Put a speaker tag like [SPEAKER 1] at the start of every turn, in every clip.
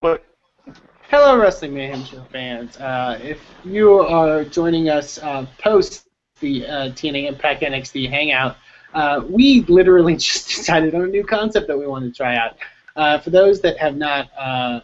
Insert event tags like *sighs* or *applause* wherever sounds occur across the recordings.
[SPEAKER 1] But
[SPEAKER 2] Hello, Wrestling Mayhem Show fans. Uh, if you are joining us uh, post the uh, TNA Impact NXT Hangout, uh, we literally *laughs* just decided on a new concept that we want to try out. Uh, for those that have not uh,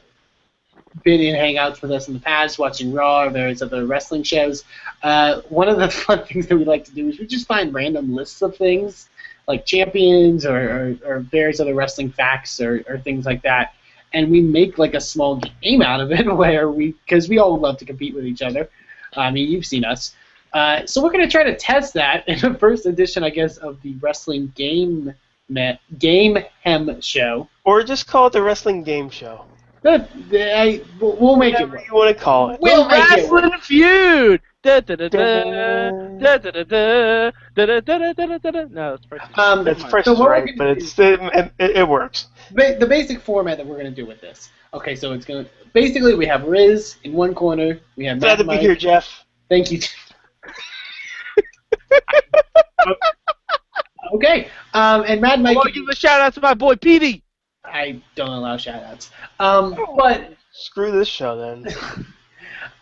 [SPEAKER 2] been in Hangouts with us in the past, watching Raw or various other wrestling shows, uh, one of the *laughs* fun things that we like to do is we just find random lists of things, like champions or, or, or various other wrestling facts or, or things like that and we make like a small game out of it *laughs* where we because we all love to compete with each other i mean you've seen us uh, so we're going to try to test that in the *laughs* first edition i guess of the wrestling game Me- game hem show
[SPEAKER 1] or just call it the wrestling game show.
[SPEAKER 2] But, uh, I- we'll we'll make it
[SPEAKER 1] Whatever
[SPEAKER 2] work.
[SPEAKER 1] you want to call it.
[SPEAKER 2] We'll
[SPEAKER 3] The
[SPEAKER 2] make it work.
[SPEAKER 3] Wrestling feud. Da da da da
[SPEAKER 1] Dun-dun.
[SPEAKER 3] da da da da da da da da da da. No, it's first.
[SPEAKER 2] Um,
[SPEAKER 1] That's
[SPEAKER 2] so
[SPEAKER 1] French,
[SPEAKER 2] what we're
[SPEAKER 1] right?
[SPEAKER 2] gonna
[SPEAKER 1] But
[SPEAKER 2] do-
[SPEAKER 1] it's it, it, it works.
[SPEAKER 2] ba- the basic format that we're going to do with this. Okay, so it's going to basically we have Riz in one corner, we have
[SPEAKER 1] Glad
[SPEAKER 2] Mad
[SPEAKER 1] to be
[SPEAKER 2] Mike.
[SPEAKER 1] here, Jeff.
[SPEAKER 2] Thank you. okay, um, and Mad
[SPEAKER 3] I
[SPEAKER 2] Mike.
[SPEAKER 3] want to give a shout out to my boy Petey.
[SPEAKER 2] I don't allow shoutouts. Um, but
[SPEAKER 1] Screw this show
[SPEAKER 2] *laughs*
[SPEAKER 1] then.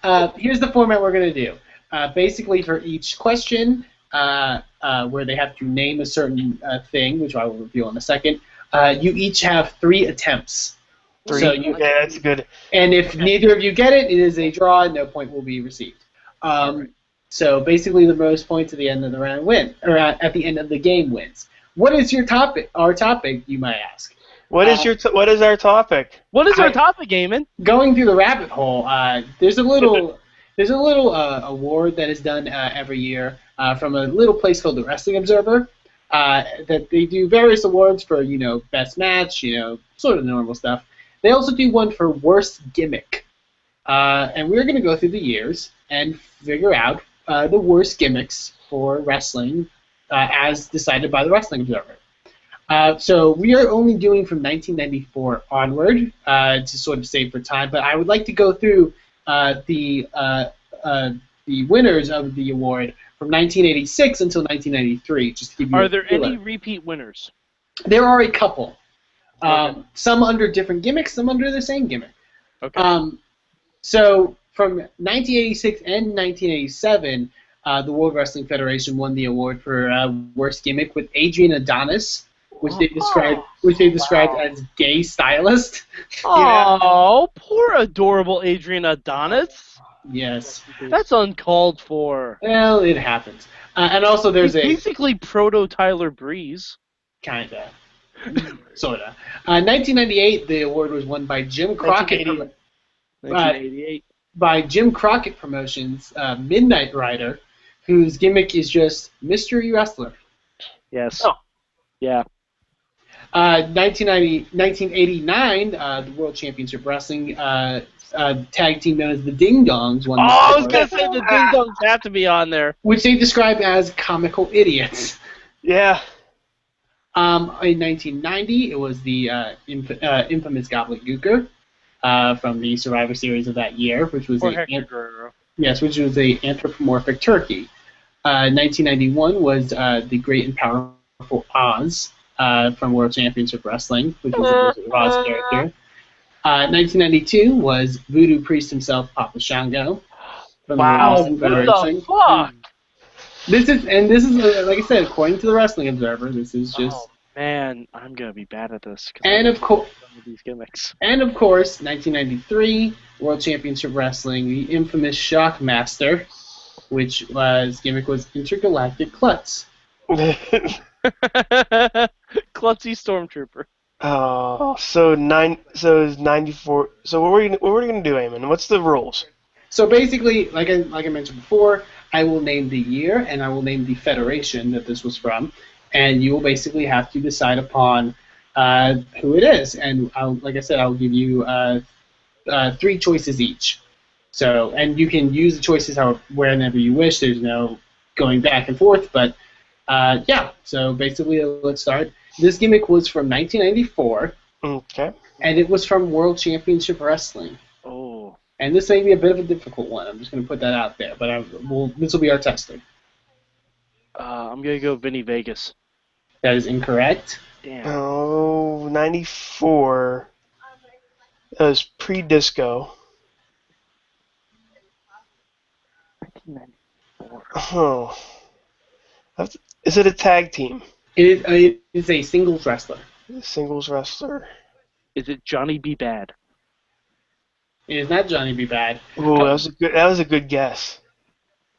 [SPEAKER 2] uh, here's the format we're going to do. Uh, basically, for each question, uh, uh, where they have to name a certain uh, thing, which I will review in a second, uh, you each have three attempts.
[SPEAKER 1] Three.
[SPEAKER 2] So you-
[SPEAKER 1] yeah, that's good.
[SPEAKER 2] And if neither of you get it, it is a draw, and no point will be received. Um, so basically, the most points at the end of the round win, or at at the end of the game wins. What is your topic? Our topic, you might ask.
[SPEAKER 1] What is
[SPEAKER 2] Uh,
[SPEAKER 1] your t- what is our topic?
[SPEAKER 3] What is
[SPEAKER 2] I-
[SPEAKER 3] our topic, Gaiman?
[SPEAKER 2] going through the rabbit hole, uh, there's a little there's a little uh, award that is done uh, every year uh, from a little place called the Wrestling Observer. Uh, that they do various awards for you know best match, you know sort of the normal stuff. They also do one for worst gimmick, uh, and we're going to go through the years and figure out uh, the worst gimmicks for wrestling uh, as decided by the Wrestling Observer. Uh, so we are only doing from 1994 onward uh, to sort of save for time, but I would like to go through uh, the uh, uh, the winners of the award from 1986 until 1993, just to give you.
[SPEAKER 3] Are
[SPEAKER 2] a
[SPEAKER 3] there
[SPEAKER 2] feeler.
[SPEAKER 3] any repeat winners?
[SPEAKER 2] There are a couple. Um, some under different gimmicks, some under the same gimmick.
[SPEAKER 3] Okay.
[SPEAKER 2] Um, so from 1986 and 1987, uh, the World Wrestling Federation won the award for uh, worst gimmick with Adrian Adonis, which they described which they described
[SPEAKER 1] Wow.
[SPEAKER 2] as gay stylist. yeah.
[SPEAKER 3] Oh, poor adorable Adrian Adonis.
[SPEAKER 2] Yes.
[SPEAKER 3] That's uncalled for.
[SPEAKER 2] Well, it happens. Uh, and also there's
[SPEAKER 3] He's *laughs*
[SPEAKER 2] a
[SPEAKER 3] basically proto Tyler Breeze.
[SPEAKER 2] kinda. Sorta. Uh, 1998, the award was won by Jim Crockett.
[SPEAKER 1] 1988.
[SPEAKER 3] 1988.
[SPEAKER 2] by Jim Crockett Promotions, uh, Midnight Rider, whose gimmick is just mystery wrestler.
[SPEAKER 3] Yes.
[SPEAKER 1] Oh.
[SPEAKER 3] Yeah.
[SPEAKER 2] Uh, 1990 1989, uh, the World Championship Wrestling uh, uh, tag team known as the Ding Dongs won,
[SPEAKER 3] Oh,
[SPEAKER 2] this
[SPEAKER 3] I was
[SPEAKER 2] award,
[SPEAKER 3] gonna say the Ding Dongs have to be on there.
[SPEAKER 2] which they describe as comical
[SPEAKER 3] *laughs*
[SPEAKER 2] idiots.
[SPEAKER 1] Yeah. *laughs*
[SPEAKER 2] Um, in 1990, it was the uh, inf- uh, infamous Goblet Gooker uh, from the Survivor Series of that year, which was
[SPEAKER 3] Or
[SPEAKER 2] a-
[SPEAKER 3] Hector Guerrero.
[SPEAKER 2] Yes, which was a anthropomorphic turkey. Uh, 1991 was uh, the Great and Powerful Oz uh, from World Championship Wrestling, which was the Wizard of Oz character. Uh, 1992 was Voodoo Priest himself, Papa Shango. From
[SPEAKER 3] Wow,
[SPEAKER 2] Wrestling
[SPEAKER 3] what the
[SPEAKER 2] Federation.
[SPEAKER 3] fuck?
[SPEAKER 2] This is and this is uh, like I said, according to the Wrestling Observer, this is just
[SPEAKER 3] Oh, man, I'm gonna be bad at this. 'cause
[SPEAKER 2] and
[SPEAKER 3] I
[SPEAKER 2] of course.
[SPEAKER 3] don't know these gimmicks. *laughs*
[SPEAKER 2] And of course, 1993 World Championship Wrestling, the infamous Shockmaster, which was gimmick was intergalactic klutz.
[SPEAKER 3] Klutzy Stormtrooper.
[SPEAKER 1] oh, so nine. So it's ninety four. So what we're gonna, what we're gonna do, Eamon? What's the rules?
[SPEAKER 2] So basically, like I like I mentioned before, I will name the year and I will name the federation that this was from, and you will basically have to decide upon uh, who it is. And I'll, like I said, I'll give you uh, uh, three choices each. So and you can use the choices how whenever you wish. There's no going back and forth, but uh, yeah. So basically, let's start. This gimmick was from 1994,
[SPEAKER 1] Okay.
[SPEAKER 2] and it was from World Championship Wrestling.
[SPEAKER 3] Oh,
[SPEAKER 2] And this may be a bit of a difficult one. I'm just going to put that out there, but I, we'll, this will be our tester.
[SPEAKER 3] uh, I'm gonna go Vinny Vegas.
[SPEAKER 1] Uh,
[SPEAKER 2] That is incorrect.
[SPEAKER 3] Damn.
[SPEAKER 1] Oh, 94. That was pre-disco.
[SPEAKER 3] 1994.
[SPEAKER 1] Oh. That's- Is it a tag team?
[SPEAKER 2] It is, uh, it is a singles wrestler.
[SPEAKER 1] Singles wrestler.
[SPEAKER 3] Is it Johnny B. Bad?
[SPEAKER 2] It is not Johnny B. Bad.
[SPEAKER 1] Ooh, that was a good. That was a good guess.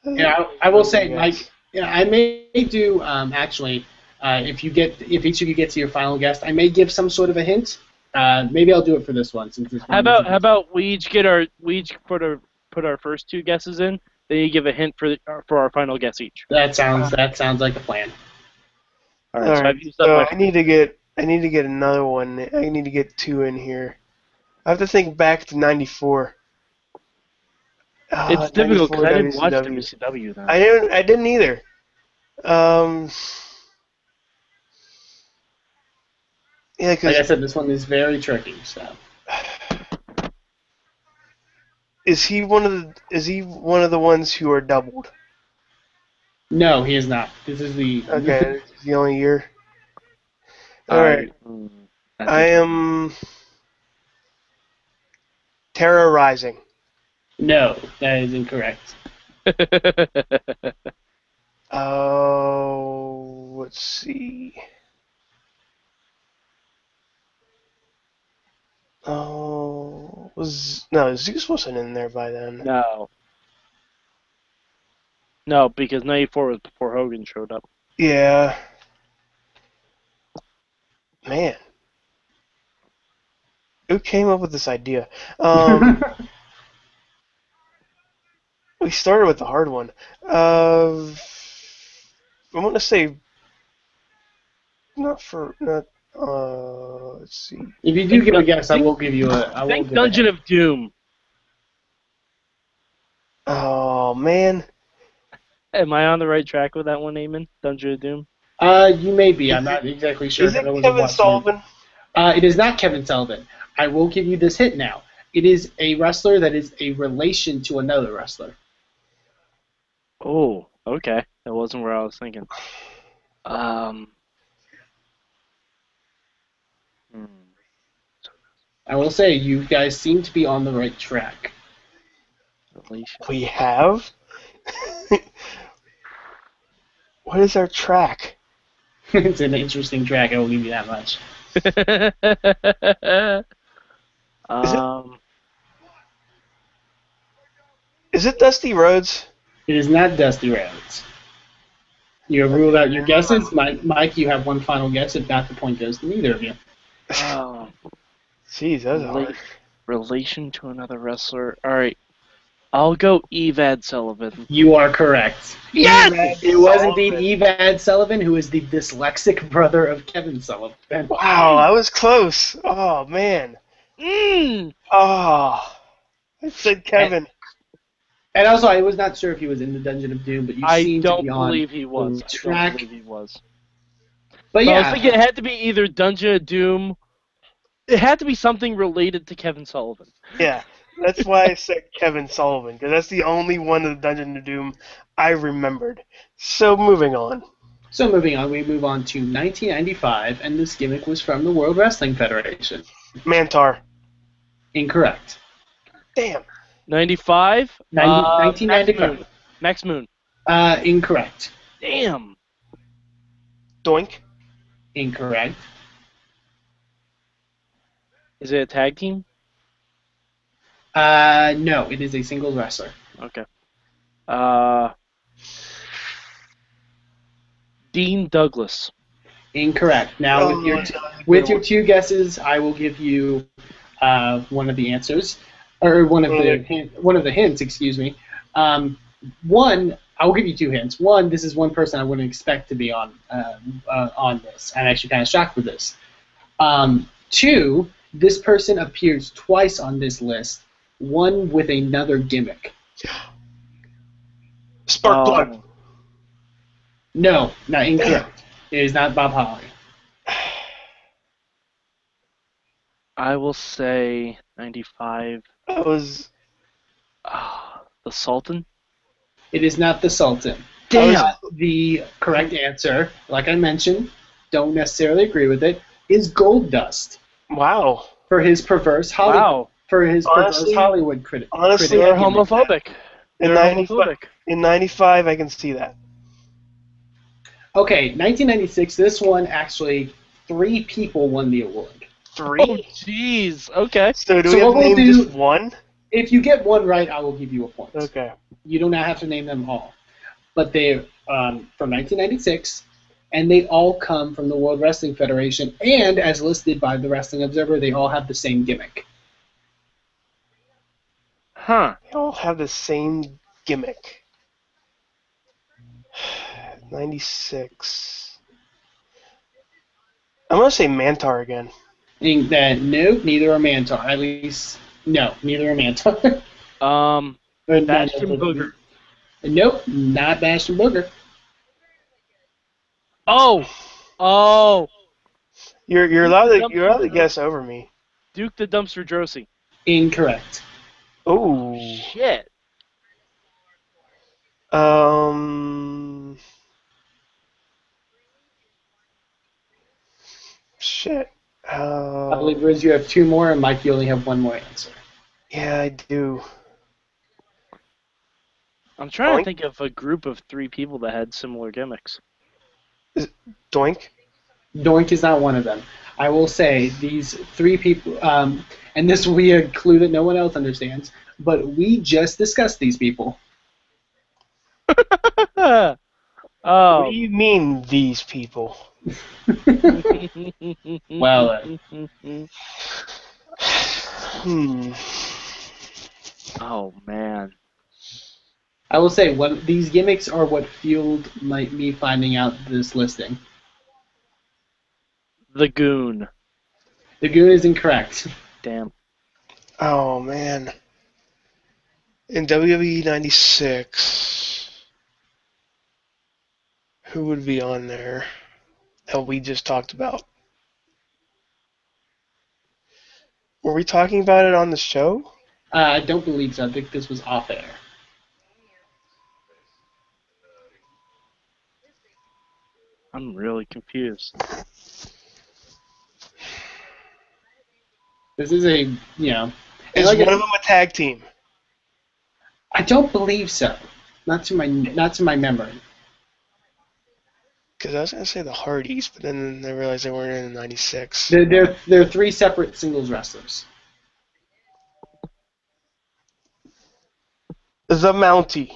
[SPEAKER 2] Yeah, I, I will say,
[SPEAKER 1] Yes.
[SPEAKER 2] Mike. Yeah, I may do um, actually. Uh, if you get, if each of you get to your final guest, I may give some sort of a hint. Uh, maybe I'll do it for this one. Since this
[SPEAKER 3] How
[SPEAKER 2] one
[SPEAKER 3] about
[SPEAKER 2] isn't-
[SPEAKER 3] how about we each get our we each put our put our first two guesses in, then you give a hint for the, for our final guess each.
[SPEAKER 2] that sounds that sounds like a plan.
[SPEAKER 3] All right.
[SPEAKER 1] All
[SPEAKER 3] so
[SPEAKER 1] right,
[SPEAKER 3] I've used up
[SPEAKER 1] so
[SPEAKER 3] my-
[SPEAKER 1] I need to get I need to get another one. I need to get two in here. I have to think back to '94. Ah,
[SPEAKER 3] it's difficult because I
[SPEAKER 1] 94
[SPEAKER 3] didn't watch
[SPEAKER 1] WCW.
[SPEAKER 3] WCW then.
[SPEAKER 1] I didn't. I didn't either. Um. Yeah,
[SPEAKER 2] Like I
[SPEAKER 1] because
[SPEAKER 2] said, this one is very tricky. So
[SPEAKER 1] is he one of the is he one of the ones who are doubled?
[SPEAKER 2] no, he is not. This is the
[SPEAKER 1] Okay, it's the only year.
[SPEAKER 3] I-
[SPEAKER 1] All right,
[SPEAKER 3] mm, that's
[SPEAKER 1] I
[SPEAKER 3] it.
[SPEAKER 1] am terrorizing.
[SPEAKER 2] *laughs* no, that is incorrect.
[SPEAKER 3] Hmm,
[SPEAKER 1] *laughs* Oh, let's see. Oh, was no Zeus wasn't in there by then.
[SPEAKER 3] no. No, because '94 was before Hogan showed up.
[SPEAKER 1] Yeah. Man. Who came up with this idea?
[SPEAKER 2] *laughs*
[SPEAKER 1] Um, we started with the hard one. Uh, I want to say not for not. Uh, let's see.
[SPEAKER 2] if you do give a guess, I will give you a. I will
[SPEAKER 3] Think
[SPEAKER 2] give a
[SPEAKER 3] Dungeon
[SPEAKER 2] hint.
[SPEAKER 3] of Doom.
[SPEAKER 1] Oh man.
[SPEAKER 3] Am I on the right track with that one, Eamon? Dungeon of Doom.
[SPEAKER 2] Uh, you may be. I'm not exactly sure.
[SPEAKER 1] Is it
[SPEAKER 2] but I wasn't
[SPEAKER 1] Kevin
[SPEAKER 2] watching.
[SPEAKER 1] Sullivan?
[SPEAKER 2] Uh, it is not Kevin Sullivan. I will give you this hint now. It is a wrestler that is a relation to another wrestler.
[SPEAKER 3] Oh, okay. That wasn't where I was thinking. Um. hmm.
[SPEAKER 2] I will say you guys seem to be on the right track. *laughs*
[SPEAKER 3] Alicia.
[SPEAKER 1] We have. *laughs* what is our track?
[SPEAKER 2] it's an interesting track. I will give you that much.
[SPEAKER 3] *laughs* um,
[SPEAKER 1] Is it Dusty Rhodes?
[SPEAKER 2] It is not Dusty Rhodes. You have ruled out your guesses, Mike. Mike, you have one final guess. If not, the point goes to neither of you.
[SPEAKER 3] oh,
[SPEAKER 1] Jeez, that was hard.
[SPEAKER 3] rela- relation to another wrestler. All right, I'll go Evad Sullivan.
[SPEAKER 2] You are correct.
[SPEAKER 3] Yes!
[SPEAKER 2] Evad- it was indeed
[SPEAKER 1] Sullivan.
[SPEAKER 2] Evad Sullivan, who is the dyslexic brother of Kevin Sullivan.
[SPEAKER 1] Wow, I was close. Oh man.
[SPEAKER 3] Mm.
[SPEAKER 1] Oh, I said Kevin.
[SPEAKER 2] And also, I was not sure if he was in the Dungeon of Doom, but you
[SPEAKER 3] I
[SPEAKER 2] seem to
[SPEAKER 3] don't
[SPEAKER 2] be on.
[SPEAKER 3] believe he was. I
[SPEAKER 2] track.
[SPEAKER 3] don't believe he was.
[SPEAKER 2] But
[SPEAKER 3] But I
[SPEAKER 2] yeah,
[SPEAKER 3] was thinking it had to be either Dungeon of Doom. It had to be something related to Kevin Sullivan.
[SPEAKER 1] Yeah, that's why I said Kevin Sullivan because that's the only one of the Dungeon of Doom I remembered. So moving on.
[SPEAKER 2] So moving on, we move on to 1995, and this gimmick was from the World Wrestling Federation.
[SPEAKER 1] Mantar.
[SPEAKER 2] Incorrect.
[SPEAKER 1] Damn.
[SPEAKER 3] 95?
[SPEAKER 2] Ninety-
[SPEAKER 3] Uh,
[SPEAKER 2] 1995.
[SPEAKER 3] Max Moon.
[SPEAKER 2] Uh, incorrect.
[SPEAKER 3] Damn.
[SPEAKER 1] Doink.
[SPEAKER 2] Incorrect.
[SPEAKER 3] Is it a tag team?
[SPEAKER 2] Uh, no, it is a singles wrestler.
[SPEAKER 3] Okay. Uh, Dean Douglas.
[SPEAKER 2] Incorrect. Now with your
[SPEAKER 1] Oh, no,
[SPEAKER 2] with
[SPEAKER 1] good
[SPEAKER 2] your
[SPEAKER 1] one.
[SPEAKER 2] two guesses, I will give you uh, one of the answers, or one of the hint, one of the hints. Excuse me. Um, one, I will give you two hints. One, this is one person I wouldn't expect to be on uh, uh, on this. I'm actually kind of shocked with this. Um, two, this person appears twice on this list. One with another gimmick.
[SPEAKER 1] Spark
[SPEAKER 2] oh.
[SPEAKER 3] Um,
[SPEAKER 1] plug.
[SPEAKER 2] No, not incorrect. it is not Bob Holly.
[SPEAKER 3] I will say 95.
[SPEAKER 1] I was.
[SPEAKER 3] Ah, the Sultan?
[SPEAKER 2] It is not the Sultan.
[SPEAKER 3] Damn.
[SPEAKER 2] Uh, the correct answer, like I mentioned, don't necessarily agree with it, is gold dust.
[SPEAKER 1] Wow.
[SPEAKER 2] for his perverse Hollywood
[SPEAKER 3] Wow.
[SPEAKER 2] for his
[SPEAKER 1] Honestly-
[SPEAKER 2] perverse Hollywood critic.
[SPEAKER 1] Honestly,
[SPEAKER 3] They're
[SPEAKER 1] I can-
[SPEAKER 3] homophobic.
[SPEAKER 1] in,
[SPEAKER 3] They're
[SPEAKER 1] 95,
[SPEAKER 3] homophobic.
[SPEAKER 1] in 95, I can see that.
[SPEAKER 2] Okay, 1996. This one actually three people won the award.
[SPEAKER 3] Oh,
[SPEAKER 1] Three.
[SPEAKER 3] jeez. Okay.
[SPEAKER 1] So do
[SPEAKER 2] So
[SPEAKER 1] we have
[SPEAKER 2] what
[SPEAKER 1] to
[SPEAKER 2] we'll
[SPEAKER 1] name
[SPEAKER 2] do-
[SPEAKER 1] just one?
[SPEAKER 2] If you get one right, I will give you a point.
[SPEAKER 1] Okay.
[SPEAKER 2] You do not have to name them all, but they um, from 1996, and they all come from the World Wrestling Federation, and as listed by the Wrestling Observer, they all have the same gimmick.
[SPEAKER 3] Huh.
[SPEAKER 1] They all have the same gimmick. *sighs* 96. I'm going to say Mantar again.
[SPEAKER 2] Meaning that nope, neither are Mantar. At least no, neither are *laughs* Mantar.
[SPEAKER 3] Um,
[SPEAKER 2] Or not-
[SPEAKER 3] Bastion Booger.
[SPEAKER 2] Nope, not Bastion Booger.
[SPEAKER 3] Oh, oh,
[SPEAKER 1] You're, you're allowed to
[SPEAKER 3] Dump-
[SPEAKER 1] you're allowed to guess over me.
[SPEAKER 3] Duke the Dumpster Drosy.
[SPEAKER 2] Incorrect.
[SPEAKER 1] Oh.
[SPEAKER 3] Shit.
[SPEAKER 1] Um. Shit.
[SPEAKER 2] I
[SPEAKER 1] Uh,
[SPEAKER 2] believe Riz, you have two more, and Mike, you only have one more answer.
[SPEAKER 1] yeah, I do.
[SPEAKER 3] I'm trying
[SPEAKER 1] Oink.
[SPEAKER 3] to think of a group of three people that had similar gimmicks. *laughs*
[SPEAKER 1] Doink.
[SPEAKER 2] Doink is not one of them. I will say these three people, um, and this will be a clue that no one else understands, but we just discussed these people. *laughs*
[SPEAKER 3] oh.
[SPEAKER 2] Oh.
[SPEAKER 1] What do you mean these people?
[SPEAKER 2] Well, uh,
[SPEAKER 1] Hmm.
[SPEAKER 3] oh man.
[SPEAKER 2] I will say what these gimmicks are what fueled my, me finding out this listing.
[SPEAKER 3] The Goon.
[SPEAKER 2] The goon is incorrect.
[SPEAKER 3] Damn.
[SPEAKER 1] Oh man. In E WWE '96, who would be on there that we just talked about? Were we talking about it on the show?
[SPEAKER 2] Uh, I don't believe so. I think this was off air.
[SPEAKER 3] I'm really confused.
[SPEAKER 2] This is a you know. and
[SPEAKER 1] Is
[SPEAKER 2] like I
[SPEAKER 1] one
[SPEAKER 2] said-
[SPEAKER 3] um,
[SPEAKER 1] of them a tag team?
[SPEAKER 2] I don't believe so. Not to my not to my memory.
[SPEAKER 1] Because I was gonna say the Hardys, but then I realized they weren't in '96.
[SPEAKER 2] They're they're, they're three separate singles wrestlers.
[SPEAKER 1] The Mountie.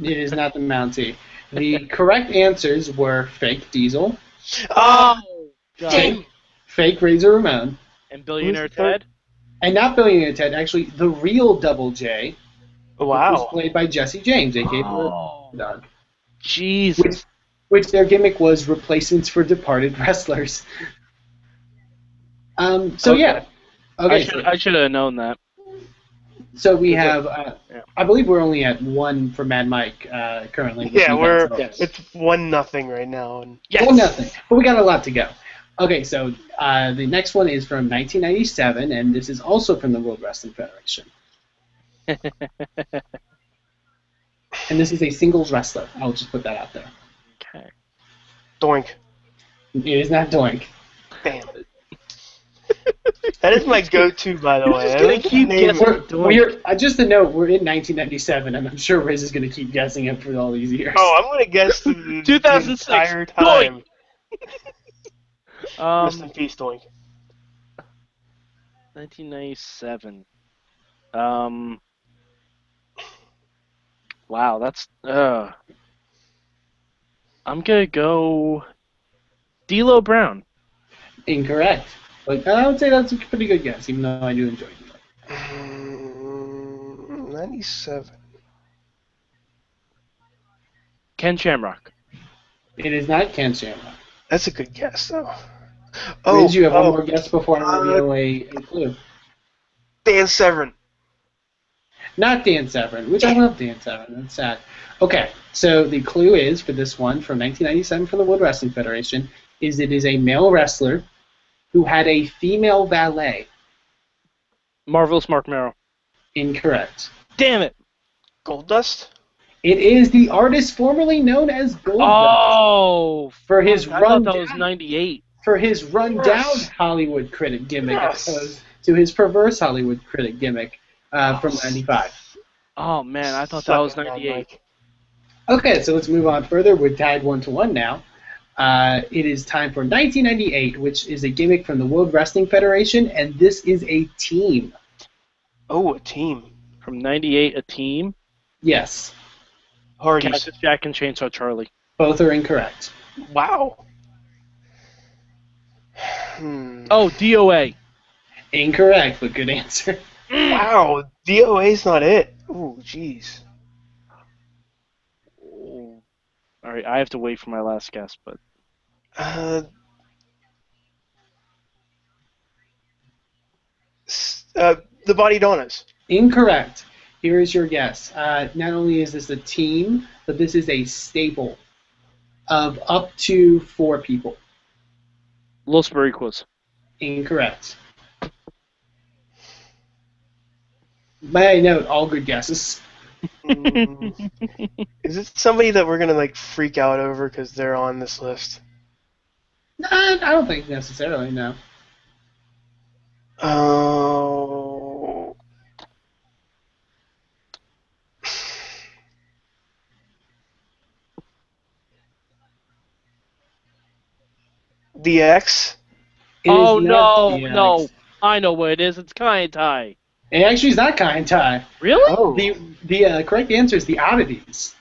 [SPEAKER 2] It is not the Mountie. The correct answers were fake Diesel, Oh.
[SPEAKER 1] Ah,
[SPEAKER 3] God.
[SPEAKER 2] fake, fake Razor Ramon,
[SPEAKER 3] And Billionaire
[SPEAKER 1] Who's the third?
[SPEAKER 3] Ted.
[SPEAKER 2] and not Billionaire Ted. Actually, the real Double J was
[SPEAKER 1] wow.
[SPEAKER 2] played by Jesse James, aka
[SPEAKER 3] Oh.
[SPEAKER 2] the Dog.
[SPEAKER 3] Jesus.
[SPEAKER 2] Which their gimmick was replacements for departed *laughs* wrestlers. Um. So
[SPEAKER 3] Okay.
[SPEAKER 2] yeah.
[SPEAKER 3] I
[SPEAKER 2] Okay. so-
[SPEAKER 3] should, I should have known that.
[SPEAKER 2] So we
[SPEAKER 3] Okay.
[SPEAKER 2] have, uh,
[SPEAKER 3] Yeah.
[SPEAKER 2] I believe we're only at one for Mad Mike uh, currently. with
[SPEAKER 1] Yeah,
[SPEAKER 2] you
[SPEAKER 1] we're
[SPEAKER 2] guys.
[SPEAKER 3] Yes.
[SPEAKER 1] it's one nothing right now, and
[SPEAKER 3] Yes.
[SPEAKER 2] Well,
[SPEAKER 3] *laughs*
[SPEAKER 2] nothing, but we got a lot to go. Okay, so uh, the next one is from 1997, and this is also from the World Wrestling Federation. and this is a singles wrestler. I'll just put that out there.
[SPEAKER 3] Okay.
[SPEAKER 1] doink.
[SPEAKER 2] It is not Doink.
[SPEAKER 1] Damn. that is my go-to, by the
[SPEAKER 3] You're
[SPEAKER 1] way.
[SPEAKER 3] just
[SPEAKER 1] I
[SPEAKER 3] gonna
[SPEAKER 1] think
[SPEAKER 3] keep
[SPEAKER 1] the name-
[SPEAKER 3] guessing.
[SPEAKER 2] We're,
[SPEAKER 3] Doink.
[SPEAKER 2] we're uh, just a note. We're in 1997, and I'm sure Riz is going to keep guessing it for all these years.
[SPEAKER 1] Oh, I'm gonna guess the,
[SPEAKER 3] *laughs*
[SPEAKER 1] the
[SPEAKER 3] 2006.
[SPEAKER 1] entire
[SPEAKER 3] Doink.
[SPEAKER 1] time. Rest in
[SPEAKER 3] Um,
[SPEAKER 1] peace, Doink.
[SPEAKER 3] 1997. Um. Wow, that's. Uh, I'm gonna go. D'Lo Brown.
[SPEAKER 2] incorrect. But uh, I would say that's a pretty good guess, even though I do enjoy it.
[SPEAKER 1] Mm, Ninety-seven.
[SPEAKER 3] Ken Shamrock.
[SPEAKER 2] It is not Ken Shamrock.
[SPEAKER 1] That's a good guess, though.
[SPEAKER 2] Oh,
[SPEAKER 1] Oh,
[SPEAKER 2] Riz, you have
[SPEAKER 1] oh, Uh,
[SPEAKER 2] one more guess before I reveal a, a clue.
[SPEAKER 1] Dan Severn.
[SPEAKER 2] Not Dan Severn, which I love Dan Severn. That's sad. Okay, so the clue is for this one from 1997 from the World Wrestling Federation is it is a male wrestler who had a female valet.
[SPEAKER 3] Marvelous Mark Merrill.
[SPEAKER 2] Incorrect.
[SPEAKER 3] Damn it!
[SPEAKER 1] Gold Dust.
[SPEAKER 2] It is the artist formerly known as Goldust
[SPEAKER 3] Oh!
[SPEAKER 2] for his
[SPEAKER 3] I
[SPEAKER 2] run
[SPEAKER 3] thought that was
[SPEAKER 2] down-
[SPEAKER 3] 98.
[SPEAKER 2] for his rundown
[SPEAKER 1] Yes.
[SPEAKER 2] Hollywood critic gimmick
[SPEAKER 1] Yes.
[SPEAKER 2] as opposed to his perverse Hollywood critic gimmick uh, from '95.
[SPEAKER 3] Oh man, I thought that was
[SPEAKER 1] Sucking on
[SPEAKER 3] 98.
[SPEAKER 1] Mike.
[SPEAKER 2] Okay, so let's move on further. We're tied one to one now. Uh, it is time for 1998, which is a gimmick from the World Wrestling Federation, and this is a team.
[SPEAKER 1] Oh, a team.
[SPEAKER 3] From 98, a team.
[SPEAKER 2] Yes,
[SPEAKER 1] Hardy's.
[SPEAKER 3] Cactus Jack and Chainsaw Charlie.
[SPEAKER 2] both are incorrect. *sighs*
[SPEAKER 1] Wow. Hmm.
[SPEAKER 3] Oh, DOA.
[SPEAKER 2] Incorrect, but good *laughs* answer.
[SPEAKER 1] Wow. DOA's not it. Ooh, jeez.
[SPEAKER 3] All right, I have to wait for my last guess, but
[SPEAKER 1] Uh, s- uh, the Body Donnas.
[SPEAKER 2] Incorrect. Here is your guess. Uh, not only is this a team, but this is a staple of up to four people.
[SPEAKER 3] Los Barriquas.
[SPEAKER 2] Incorrect. May I note all good guesses?
[SPEAKER 1] Mm. Is it somebody that we're gonna like freak out over because they're on this list?
[SPEAKER 2] No, I don't think necessarily. No.
[SPEAKER 1] Oh. The X.
[SPEAKER 2] It is
[SPEAKER 3] oh
[SPEAKER 2] not
[SPEAKER 3] no,
[SPEAKER 2] the
[SPEAKER 3] no!
[SPEAKER 2] Yanks.
[SPEAKER 3] I know what it is. It's Kai and Tai.
[SPEAKER 2] It actually is not kind tie.
[SPEAKER 3] Really?
[SPEAKER 1] Oh.
[SPEAKER 2] The the uh, correct answer is the oddities.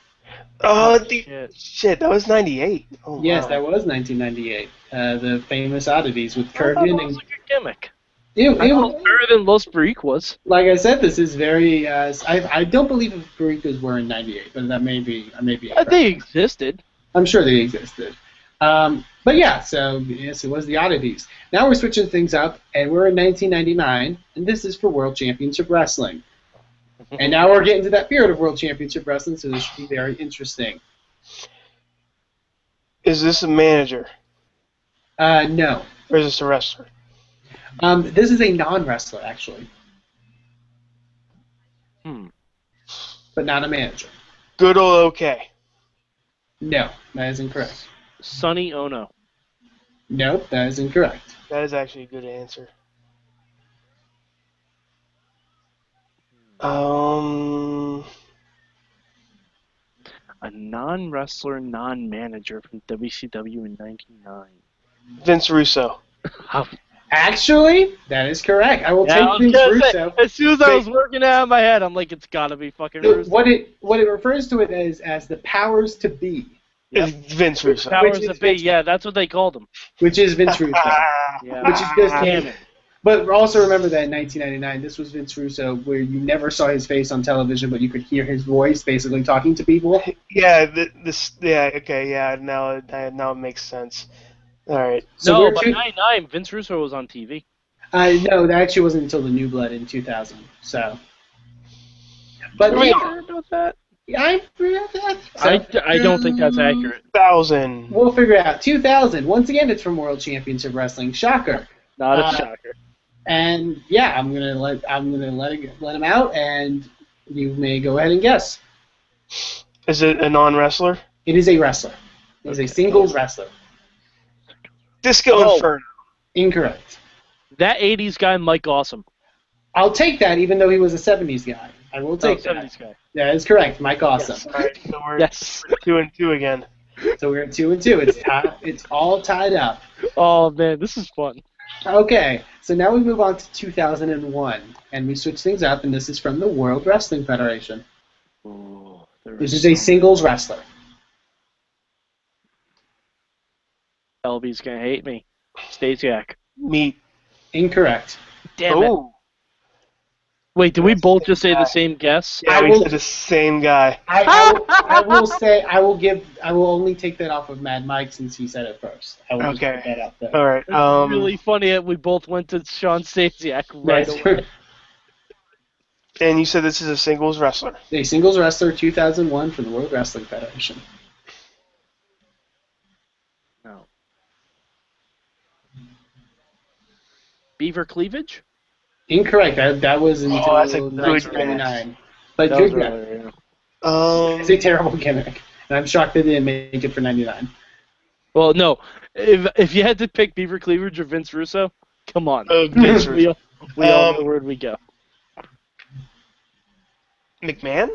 [SPEAKER 1] Oh, the
[SPEAKER 3] Shit.
[SPEAKER 1] shit. That was '98. Oh,
[SPEAKER 2] Yes,
[SPEAKER 1] wow.
[SPEAKER 2] that was 1998. Uh, the famous oddities with
[SPEAKER 3] I thought that
[SPEAKER 2] Kirkman
[SPEAKER 3] was
[SPEAKER 2] and
[SPEAKER 3] a good gimmick.
[SPEAKER 2] Ew,
[SPEAKER 3] I
[SPEAKER 2] ew.
[SPEAKER 3] thought better than Los Barriquas.
[SPEAKER 2] like I said, this is very. Uh, I, I don't believe if burritos were in '98, but that may be. I may be.
[SPEAKER 3] Uh, They existed.
[SPEAKER 2] I'm sure they existed. Um, but yeah, so yes, it was the oddities. Now we're switching things up, and we're in 1999, and this is for World Championship Wrestling. And now we're getting to that period of World Championship Wrestling, so this should be very interesting.
[SPEAKER 1] Is this a manager
[SPEAKER 2] Uh, no,
[SPEAKER 1] or is this a wrestler?
[SPEAKER 2] um, this is a non-wrestler actually,
[SPEAKER 3] Hmm.
[SPEAKER 2] but not a manager.
[SPEAKER 1] Good old okay.
[SPEAKER 2] No, that is incorrect.
[SPEAKER 3] Sonny Ono.
[SPEAKER 2] Nope, that is incorrect.
[SPEAKER 1] That is actually a good answer. Um,
[SPEAKER 3] A non wrestler, non manager from WCW in 99.
[SPEAKER 1] Vince Russo.
[SPEAKER 2] Actually, that is correct. I will
[SPEAKER 3] Yeah, I was
[SPEAKER 2] take Vince
[SPEAKER 3] gonna say,
[SPEAKER 2] Russo.
[SPEAKER 3] as soon as I was working out in my head, I'm like, it's gotta be fucking
[SPEAKER 2] The-
[SPEAKER 3] Russo.
[SPEAKER 2] what it what it refers to it as as the powers to be,
[SPEAKER 1] It's Vince Russo.
[SPEAKER 2] That-
[SPEAKER 3] Powers
[SPEAKER 2] Which is
[SPEAKER 3] that be,
[SPEAKER 2] Vince-
[SPEAKER 3] yeah, that's what they called him.
[SPEAKER 2] which is Vince Russo.
[SPEAKER 3] Yeah.
[SPEAKER 2] Which is just
[SPEAKER 3] Damn it.
[SPEAKER 2] But also remember that in 1999, this was Vince Russo, where you never saw his face on television, but you could hear his voice, basically talking to people.
[SPEAKER 1] Yeah, th- this. Yeah, okay, yeah. Now, it- uh, now it makes sense. All right.
[SPEAKER 2] So
[SPEAKER 3] no,
[SPEAKER 2] we're
[SPEAKER 3] by
[SPEAKER 2] two-
[SPEAKER 3] 99, Vince Russo was on TV.
[SPEAKER 2] I no, that actually wasn't until the New Blood in 2000. So, but
[SPEAKER 1] Wait.
[SPEAKER 2] I,
[SPEAKER 3] about that?
[SPEAKER 2] I,
[SPEAKER 3] I, I don't think that's accurate.
[SPEAKER 1] Thousand.
[SPEAKER 2] We'll figure it out. 2000. Once again, it's from World Championship Wrestling. Shocker.
[SPEAKER 3] Not a
[SPEAKER 2] Uh,
[SPEAKER 3] shocker.
[SPEAKER 2] And yeah, I'm gonna let I'm gonna let it, let him out, and you may go ahead and guess.
[SPEAKER 1] Is it a non-wrestler?
[SPEAKER 2] It is a wrestler. It is a singles wrestler.
[SPEAKER 1] Disco
[SPEAKER 3] Oh.
[SPEAKER 1] Inferno.
[SPEAKER 2] Incorrect.
[SPEAKER 3] That 80s guy, Mike Awesome.
[SPEAKER 2] I'll take that, even though he was a 70s guy. I will
[SPEAKER 3] No,
[SPEAKER 2] take that.
[SPEAKER 3] 70s guy.
[SPEAKER 2] That is correct. Mike Awesome.
[SPEAKER 1] All right, so we're
[SPEAKER 3] Yes. *laughs*
[SPEAKER 1] two and two again.
[SPEAKER 2] So we're two and two. It's ti- it's all tied up.
[SPEAKER 3] Oh, man, this is fun.
[SPEAKER 2] Okay, so now we move on to 2001, and we switch things up, and this is from the World Wrestling Federation.
[SPEAKER 3] Ooh, there
[SPEAKER 2] This is a singles wrestler.
[SPEAKER 3] LB's gonna hate me. Stasiak.
[SPEAKER 1] Meat.
[SPEAKER 2] Incorrect.
[SPEAKER 3] Damn it.
[SPEAKER 1] oh,
[SPEAKER 3] Wait, did we
[SPEAKER 1] That's
[SPEAKER 3] both
[SPEAKER 1] the
[SPEAKER 3] just say
[SPEAKER 1] guy.
[SPEAKER 3] the same guess?
[SPEAKER 1] yeah.
[SPEAKER 2] I
[SPEAKER 1] We
[SPEAKER 2] will-
[SPEAKER 1] said the same guy.
[SPEAKER 2] I, I, will, I will say I will give I will only take that off of Mad Mike since he said it first. I will
[SPEAKER 1] Okay.
[SPEAKER 2] just put that out there.
[SPEAKER 1] All right.
[SPEAKER 3] It's
[SPEAKER 1] Um,
[SPEAKER 3] really funny that we both went to Sean Stasiak right
[SPEAKER 2] That's-
[SPEAKER 3] away.
[SPEAKER 1] And you said this is a singles wrestler.
[SPEAKER 2] a singles wrestler, 2001, from the World Wrestling Federation.
[SPEAKER 3] No. Beaver cleavage?
[SPEAKER 2] Incorrect. That, that was until
[SPEAKER 1] Oh, that's a good
[SPEAKER 2] 1999. But
[SPEAKER 3] That was
[SPEAKER 2] you're
[SPEAKER 3] earlier, yeah.
[SPEAKER 1] Um,
[SPEAKER 2] It's a terrible gimmick, and I'm shocked they didn't make it for 99.
[SPEAKER 3] Well, no. If if you had to pick Beaver Cleavage or Vince Russo, come on.
[SPEAKER 1] Uh,
[SPEAKER 3] *laughs*
[SPEAKER 1] Vince
[SPEAKER 3] we
[SPEAKER 1] Russo.
[SPEAKER 3] all, we all know
[SPEAKER 1] Um,
[SPEAKER 3] where we go.
[SPEAKER 1] McMahon?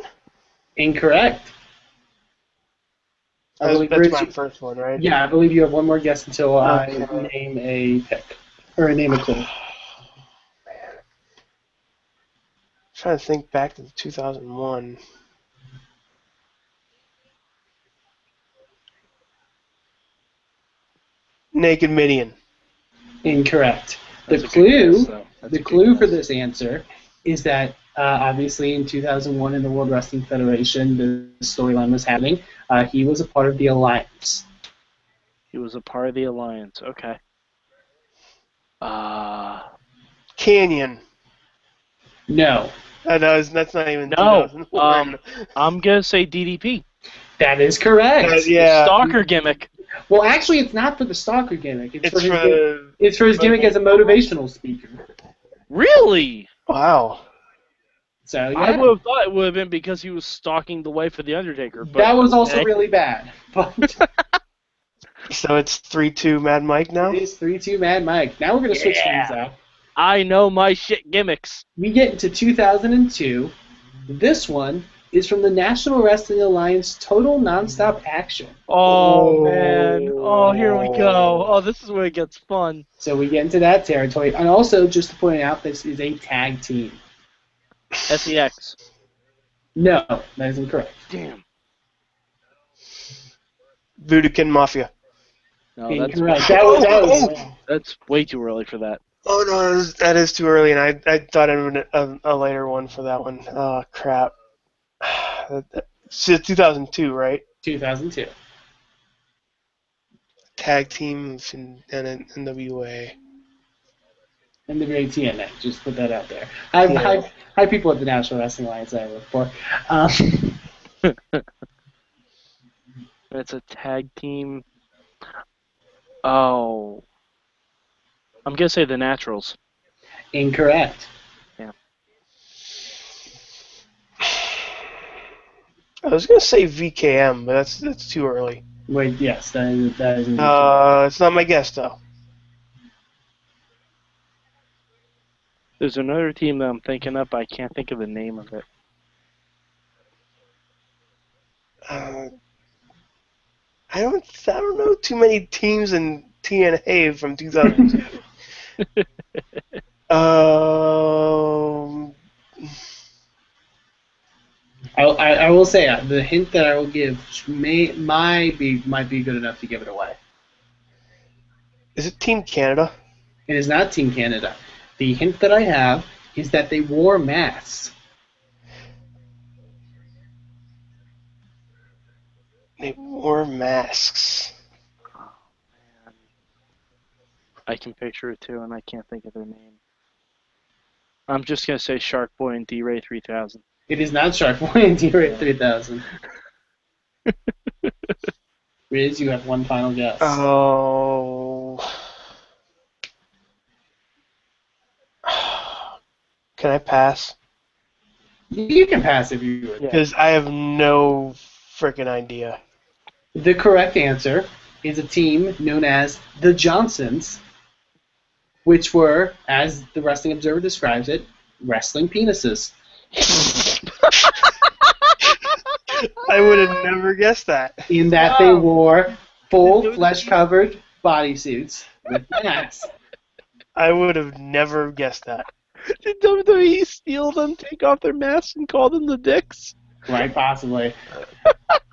[SPEAKER 2] Incorrect. I
[SPEAKER 1] That was,
[SPEAKER 2] believe
[SPEAKER 1] that's my
[SPEAKER 2] Richie-
[SPEAKER 1] first one, right?
[SPEAKER 2] Yeah, I believe you have one more guess until I
[SPEAKER 1] Okay.
[SPEAKER 2] name a pick or name a
[SPEAKER 3] *sighs*
[SPEAKER 2] clue.
[SPEAKER 1] trying to think back to 2001. Naked Midian.
[SPEAKER 2] Incorrect. The
[SPEAKER 3] That's a good
[SPEAKER 2] clue.
[SPEAKER 3] guess, though. That's
[SPEAKER 2] the
[SPEAKER 3] a good
[SPEAKER 2] clue for
[SPEAKER 3] guess.
[SPEAKER 2] this answer is that uh, obviously in 2001 in the World Wrestling Federation, the storyline was happening. Uh, he was a part of the alliance.
[SPEAKER 3] He was a part of the alliance. Okay. Uh,
[SPEAKER 1] Canyon.
[SPEAKER 2] No,
[SPEAKER 1] That was, that's not even
[SPEAKER 3] No, uh,
[SPEAKER 1] 2001. *laughs*
[SPEAKER 3] I'm gonna say DDP.
[SPEAKER 2] that is correct.
[SPEAKER 1] That- Uh, yeah.
[SPEAKER 3] Stalker gimmick.
[SPEAKER 2] Well, actually, it's not for the stalker gimmick. It's,
[SPEAKER 1] It's
[SPEAKER 2] for his,
[SPEAKER 1] for
[SPEAKER 2] gimmick-
[SPEAKER 1] the.
[SPEAKER 2] it's for his gimmick as a motivational speaker.
[SPEAKER 3] Really?
[SPEAKER 1] Wow.
[SPEAKER 2] So yeah,
[SPEAKER 3] I would have thought it would have been because he was stalking the wife of the Undertaker. But
[SPEAKER 2] that was also
[SPEAKER 3] Okay.
[SPEAKER 2] really bad. *laughs* But
[SPEAKER 1] So it's 3 2 Mad Mike now?
[SPEAKER 2] it is three two Mad Mike. Now we're gonna switch
[SPEAKER 3] Yeah.
[SPEAKER 2] things up.
[SPEAKER 3] I know my shit gimmicks.
[SPEAKER 2] we get into 2002. This one is from the National Wrestling Alliance Total Nonstop Action.
[SPEAKER 3] Oh,
[SPEAKER 1] Oh.
[SPEAKER 3] man. Oh, here we go. Oh, this is where it gets fun.
[SPEAKER 2] So we get into that territory. And also, just to point out, this is a tag team.
[SPEAKER 3] SEX.
[SPEAKER 2] No, that is incorrect.
[SPEAKER 3] Damn.
[SPEAKER 1] Voodookin Mafia.
[SPEAKER 3] No, Oh, that's, *laughs*
[SPEAKER 2] incorrect. That was, that was
[SPEAKER 3] that's way too early for that.
[SPEAKER 1] Oh no, that is- that is too early, and I, I thought I would a, a later one for that one. Oh crap. That- that- so 2002, right?
[SPEAKER 2] 2002.
[SPEAKER 1] Tag teams and and in NWA.
[SPEAKER 2] NWA TNA. Just put that out there. Hi,
[SPEAKER 1] Yeah.
[SPEAKER 2] hi, hi people at the National Wrestling Alliance I work for.
[SPEAKER 1] *laughs*
[SPEAKER 2] Um,
[SPEAKER 3] That's a tag team. Oh. I'm going to say the Naturals.
[SPEAKER 2] incorrect.
[SPEAKER 1] I was gonna say VKM, but that's that's too early.
[SPEAKER 2] Wait, yes, that is, that is incorrect.
[SPEAKER 1] Uh, it's not my guess though.
[SPEAKER 3] There's another team that I'm thinking of, but I can't think of the name of it.
[SPEAKER 1] Uh, I don't I don't know too many teams in TNA from 2002. um,
[SPEAKER 2] I, I, I will say uh, the hint that I will give may might be might be good enough to give it away.
[SPEAKER 1] is it Team Canada?
[SPEAKER 2] It is not Team Canada. The hint that I have is that they wore masks.
[SPEAKER 1] They wore masks.
[SPEAKER 3] I can picture it too, and I can't think of their name. I'm just going to say Shark Boy and D Ray *laughs* 3000.
[SPEAKER 2] It is not *laughs* Sharkboy and D-Ray 3000. Riz, you have one final guess.
[SPEAKER 1] Uh, Oh. *sighs* Can I pass?
[SPEAKER 2] you can pass if you would.
[SPEAKER 3] Yeah.
[SPEAKER 1] Because I have no freaking idea.
[SPEAKER 2] The correct answer is a team known as the Johnsons, which were, as the Wrestling Observer describes it, wrestling penises.
[SPEAKER 1] I would have never guessed that.
[SPEAKER 2] in that they
[SPEAKER 3] Wow.
[SPEAKER 2] wore
[SPEAKER 3] Did
[SPEAKER 2] full
[SPEAKER 3] you-
[SPEAKER 2] flesh covered bodysuits with masks.
[SPEAKER 1] I would have never guessed that.
[SPEAKER 3] Did WWE E steal them, take off their masks, and call them the dicks?
[SPEAKER 2] Right, possibly.
[SPEAKER 3] *laughs*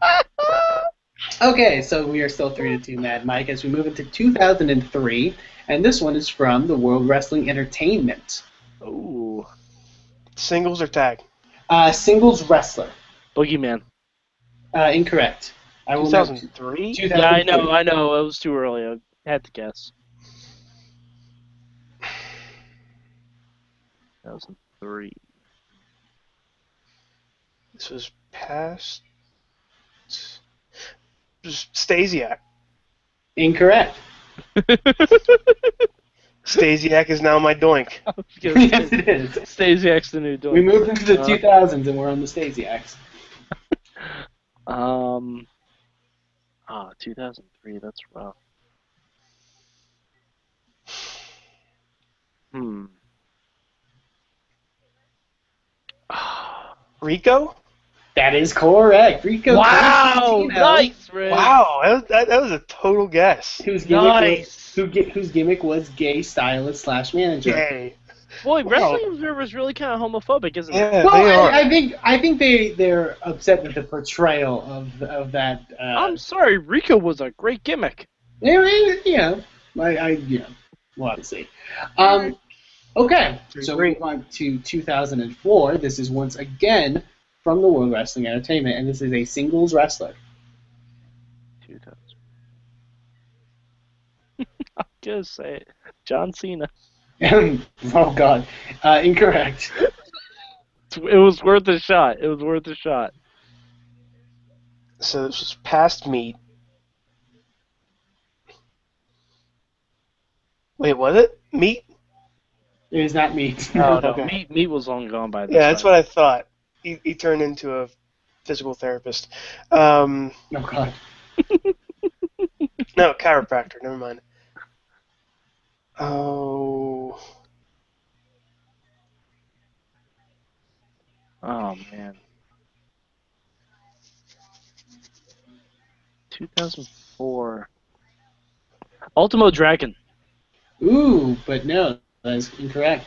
[SPEAKER 2] Okay, so we are still 3 to 2 Mad Mike as we move into 2003, and this one is from the World Wrestling Entertainment.
[SPEAKER 3] Ooh.
[SPEAKER 1] Singles or tag?
[SPEAKER 2] Uh, singles wrestler.
[SPEAKER 3] Boogeyman.
[SPEAKER 2] Uh, incorrect. I will note-
[SPEAKER 1] 2003?
[SPEAKER 3] Yeah, I know, I know. It was too early. I had to guess. *sighs* That was *laughs* three.
[SPEAKER 1] This was past. Just Stasiak.
[SPEAKER 3] *laughs*
[SPEAKER 2] Incorrect.
[SPEAKER 1] Stasiak is now my doink.
[SPEAKER 2] yes, it is.
[SPEAKER 3] Stasiak's the new
[SPEAKER 2] We
[SPEAKER 3] door.
[SPEAKER 2] moved into the
[SPEAKER 3] Uh,
[SPEAKER 2] 2000s and we're on the Stasiaks.
[SPEAKER 3] Um. Ah, 2003. three. That's rough. Hmm.
[SPEAKER 2] *laughs*
[SPEAKER 1] Rico?
[SPEAKER 2] That is correct. Rico
[SPEAKER 3] wow!
[SPEAKER 2] Constantino,
[SPEAKER 3] Nice, Rick.
[SPEAKER 1] Wow, that, that, that was a total guess.
[SPEAKER 2] Whose gimmick, was,
[SPEAKER 3] Nice.
[SPEAKER 2] who, ge- whose gimmick was gay stylist slash manager.
[SPEAKER 1] Yay.
[SPEAKER 3] Boy,
[SPEAKER 1] Wow.
[SPEAKER 3] Wrestling Observer is really kind of homophobic, isn't it?
[SPEAKER 1] Yeah,
[SPEAKER 2] Well,
[SPEAKER 1] they are.
[SPEAKER 2] I, I think I think they they're upset with the portrayal of of that. Uh,
[SPEAKER 3] I'm sorry, Rico was a great gimmick. *laughs*
[SPEAKER 2] yeah, I- yeah, I, I yeah, we'll have to see. Um, okay, so we move on to 2004. This is once again from the World Wrestling Entertainment, and this is a singles wrestler.
[SPEAKER 3] 2000. I'm gonna say it. John Cena.
[SPEAKER 2] *laughs* oh God, uh, incorrect.
[SPEAKER 3] It was worth a shot. It was worth a shot.
[SPEAKER 1] So this was past meat. Wait, was it? Meat?
[SPEAKER 2] It is not me.
[SPEAKER 3] No, Oh, no,
[SPEAKER 1] Okay.
[SPEAKER 3] meat, meat was long gone by this
[SPEAKER 1] Yeah, that's
[SPEAKER 3] time.
[SPEAKER 1] what I thought. He, he turned into a physical therapist. Um,
[SPEAKER 2] *laughs* oh God.
[SPEAKER 1] no, chiropractor. Never mind. Oh,
[SPEAKER 3] Oh man. 2004. Ultimo Dragon.
[SPEAKER 2] Ooh, but no, that is incorrect.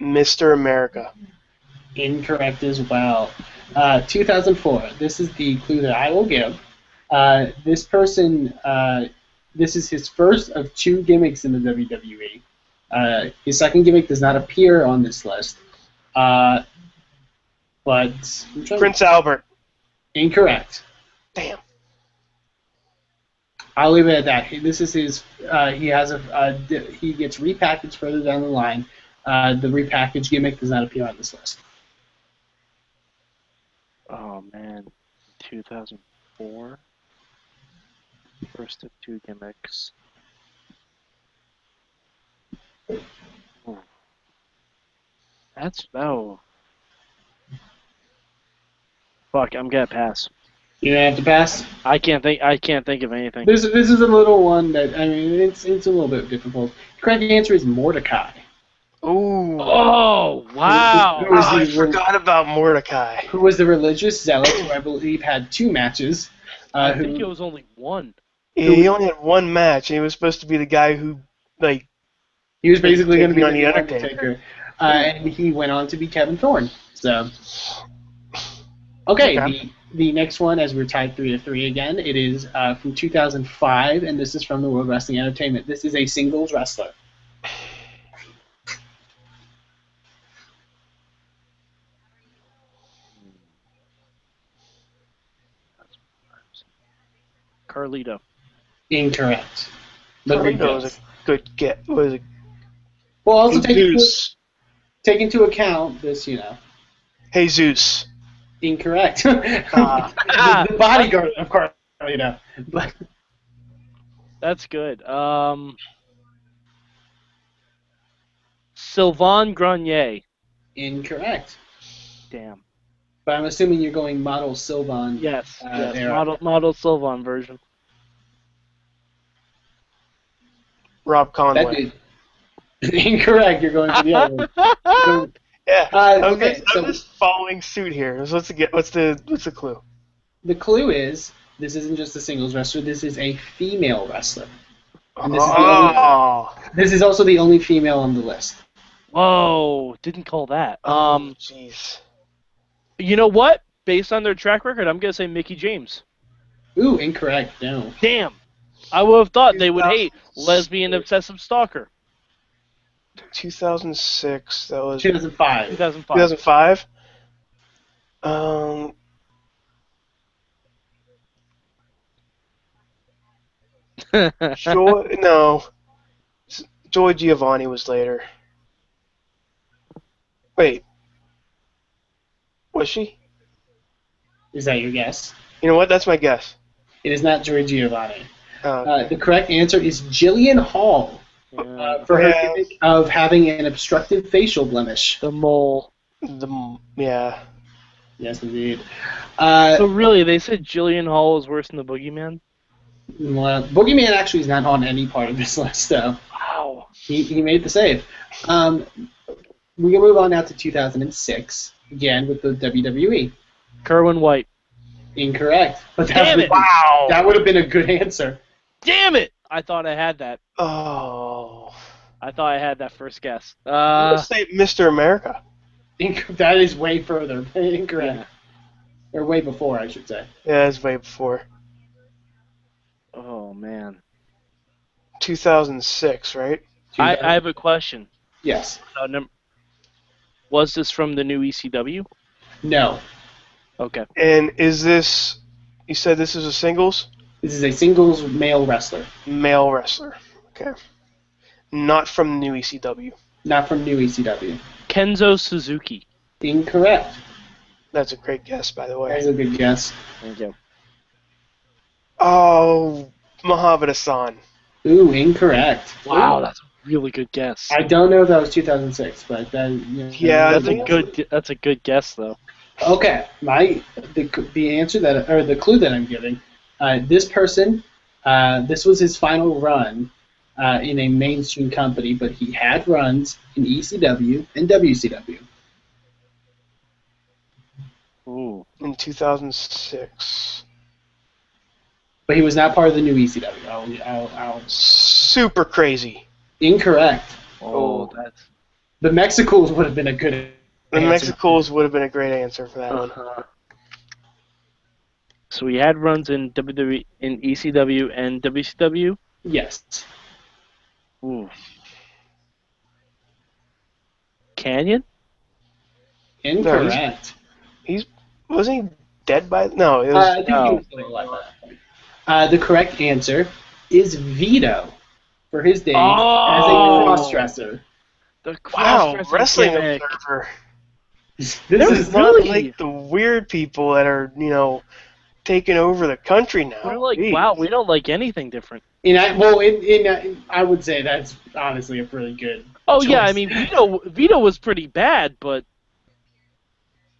[SPEAKER 1] Mr. America.
[SPEAKER 2] Incorrect as well. Uh, 2004. This is the clue that I will give. Uh, this person, uh, this is his first of two gimmicks in the WWE. Uh, his second gimmick does not appear on this list. Uh, but I'm trying-
[SPEAKER 1] Prince Albert.
[SPEAKER 2] incorrect.
[SPEAKER 1] Damn.
[SPEAKER 2] I'll leave it at that. He- This is his. Uh, he has a. Uh, di- he gets repackaged further down the line. Uh, the repackaged gimmick does not appear on this list.
[SPEAKER 3] Oh man. 2004. First of two gimmicks. Hmm. That's oh. no. Fuck, I'm gonna pass.
[SPEAKER 2] You're gonna have to pass.
[SPEAKER 3] I can't think. I can't think of anything.
[SPEAKER 2] This this is a little one that I mean it's it's a little bit difficult. Correct answer is Mordecai.
[SPEAKER 1] Ooh.
[SPEAKER 3] Oh
[SPEAKER 2] wow.
[SPEAKER 1] Oh, I forgot about Mordecai.
[SPEAKER 2] Who was the religious zealot who I believe had two matches. Uh,
[SPEAKER 3] I think it
[SPEAKER 2] who,
[SPEAKER 3] was only one.
[SPEAKER 1] He he only had one match, and he was supposed to be the guy who, like,
[SPEAKER 2] he was basically going to be
[SPEAKER 1] Taking on
[SPEAKER 2] the
[SPEAKER 1] The
[SPEAKER 2] Undertaker,
[SPEAKER 1] Undertaker.
[SPEAKER 2] Uh, and he went on to be Kevin Thorne. So, okay,
[SPEAKER 1] Okay.
[SPEAKER 2] The, the next one as we're tied three to three again. It is uh, from 2005, and this is from the World Wrestling Entertainment. This is a singles wrestler.
[SPEAKER 3] Carlito.
[SPEAKER 2] Incorrect. But
[SPEAKER 1] that was a good get. Was a
[SPEAKER 2] Well, also take into,
[SPEAKER 1] Jesus.
[SPEAKER 2] take into account this, you know.
[SPEAKER 1] Jesus.
[SPEAKER 2] Incorrect.
[SPEAKER 1] Ah.
[SPEAKER 2] *laughs* the, the bodyguard, of course, you know. But
[SPEAKER 3] That's good. Um, Sylvain Grenier.
[SPEAKER 2] incorrect.
[SPEAKER 3] Damn.
[SPEAKER 2] But I'm assuming you're going model Sylvan.
[SPEAKER 3] Yes.
[SPEAKER 2] Uh,
[SPEAKER 3] yes.
[SPEAKER 2] there.
[SPEAKER 3] Model model Sylvain
[SPEAKER 2] *laughs*
[SPEAKER 3] version.
[SPEAKER 1] Rob
[SPEAKER 2] That
[SPEAKER 1] Conway.
[SPEAKER 2] dude- *laughs* incorrect. You're going for the
[SPEAKER 3] *laughs*
[SPEAKER 2] other one.
[SPEAKER 3] All
[SPEAKER 2] Go-
[SPEAKER 1] Yeah.
[SPEAKER 2] Uh,
[SPEAKER 1] I'm,
[SPEAKER 2] okay,
[SPEAKER 1] just, I'm
[SPEAKER 2] so-
[SPEAKER 1] just following suit here. So What's the get? What's the what's the clue?
[SPEAKER 2] The clue is this isn't just a singles wrestler. This is a female wrestler. And this is the
[SPEAKER 1] oh,
[SPEAKER 2] This is also the only female on the list.
[SPEAKER 3] Whoa! Didn't call that. Um,
[SPEAKER 1] jeez.
[SPEAKER 3] you know what? Based on their track record, I'm gonna say Mickey James.
[SPEAKER 2] Ooh, incorrect. No.
[SPEAKER 3] Damn. I would have thought they would hate lesbian obsessive stalker.
[SPEAKER 1] 2006. That was
[SPEAKER 3] *laughs*
[SPEAKER 2] 2005.
[SPEAKER 3] 2005.
[SPEAKER 1] 2005.
[SPEAKER 2] *laughs*
[SPEAKER 1] Um,
[SPEAKER 3] *laughs*
[SPEAKER 1] Joy. no, S- Joy Giovanni was later. Wait, was she?
[SPEAKER 2] Is that your guess?
[SPEAKER 1] You know what? That's my guess.
[SPEAKER 2] It is not Joy Giovanni.
[SPEAKER 1] Uh,
[SPEAKER 2] Uh, the correct answer is Jillian Hall.
[SPEAKER 3] Yeah.
[SPEAKER 2] uh, for her
[SPEAKER 1] Yeah.
[SPEAKER 2] gimmick of having an obstructive facial blemish.
[SPEAKER 3] The mole.
[SPEAKER 1] the m- yeah.
[SPEAKER 2] Yes, indeed. Uh,
[SPEAKER 3] So really, they said Jillian Hall is worse than the Boogeyman.
[SPEAKER 2] well, Boogeyman actually is not on any part of this *laughs* list, though.
[SPEAKER 3] Wow.
[SPEAKER 2] He, he made the save. Um, we can move on now to 2006, again with the WWE.
[SPEAKER 3] Kerwin White.
[SPEAKER 2] Incorrect. But that
[SPEAKER 3] Damn
[SPEAKER 2] would-
[SPEAKER 3] it! Wow.
[SPEAKER 2] That would have been a good answer.
[SPEAKER 3] Damn it! I thought I had that.
[SPEAKER 1] Oh.
[SPEAKER 3] I thought I had that first guess.
[SPEAKER 1] I'm
[SPEAKER 3] Uh,
[SPEAKER 1] gonna say Mr. America.
[SPEAKER 2] Inc- that is way further. *laughs*
[SPEAKER 3] yeah.
[SPEAKER 2] Incorrect. Or way before, I should say.
[SPEAKER 1] Yeah, that's way before.
[SPEAKER 3] Oh man.
[SPEAKER 1] 2006, right?
[SPEAKER 3] I, I have a question.
[SPEAKER 2] yes.
[SPEAKER 3] Uh, num- was this from the new ECW?
[SPEAKER 2] No.
[SPEAKER 3] Okay.
[SPEAKER 1] And is this? You said this is a singles
[SPEAKER 2] This is a singles male wrestler,
[SPEAKER 1] male wrestler. Okay. Not from new E ECW.
[SPEAKER 2] not from New E ECW.
[SPEAKER 3] Kenzo Suzuki.
[SPEAKER 2] Incorrect.
[SPEAKER 1] That's a great guess, by the
[SPEAKER 2] That is
[SPEAKER 1] way.
[SPEAKER 2] a good guess.
[SPEAKER 3] There you go.
[SPEAKER 1] Oh, Muhammad Hassan.
[SPEAKER 2] Ooh, incorrect.
[SPEAKER 3] Wow,
[SPEAKER 2] Ooh.
[SPEAKER 3] that's a really good guess.
[SPEAKER 2] I don't know if that was 2006, but then. You know,
[SPEAKER 1] Yeah, I
[SPEAKER 3] that's a
[SPEAKER 1] think-
[SPEAKER 3] good. That's a good guess though.
[SPEAKER 2] Okay, my the, the answer that or the clue that I'm giving, uh, this person, uh, this was his final run uh, in a mainstream company, but he had runs in ECW and WCW.
[SPEAKER 3] Ooh.
[SPEAKER 1] in 2006.
[SPEAKER 2] But he was not part of the new ECW. I'll, I'll, I'll,
[SPEAKER 1] Super crazy.
[SPEAKER 2] incorrect.
[SPEAKER 3] Oh,
[SPEAKER 1] Oh.
[SPEAKER 3] that's.
[SPEAKER 2] The Mexicals would have been a good
[SPEAKER 1] The
[SPEAKER 2] answer.
[SPEAKER 1] Mexicals would have been a great answer for that one.
[SPEAKER 3] Uh-huh. So he had runs in WWE, in ECW and WCW.
[SPEAKER 2] Yes.
[SPEAKER 3] Ooh. Canyon?
[SPEAKER 2] Incorrect.
[SPEAKER 1] Wasn't he dead by? No, it
[SPEAKER 2] Uh, I
[SPEAKER 1] was.
[SPEAKER 2] think he was still alive by that point. uh, the correct answer is Vito for his days as
[SPEAKER 3] Oh.
[SPEAKER 2] a cross-dresser.
[SPEAKER 3] The
[SPEAKER 1] wow,
[SPEAKER 3] cross-dressing
[SPEAKER 1] wrestling
[SPEAKER 3] gimmick.
[SPEAKER 1] observer.
[SPEAKER 2] This
[SPEAKER 1] This
[SPEAKER 2] is
[SPEAKER 1] is not
[SPEAKER 3] really-
[SPEAKER 1] like the weird people that are, you know, taking over the country now.
[SPEAKER 3] We're like,
[SPEAKER 1] Jeez.
[SPEAKER 3] wow, we don't like anything different.
[SPEAKER 2] And I well, in, in, in I would say that's honestly a pretty good.
[SPEAKER 3] Oh yeah, I
[SPEAKER 2] Choice.
[SPEAKER 3] mean Vito Vito was pretty bad, but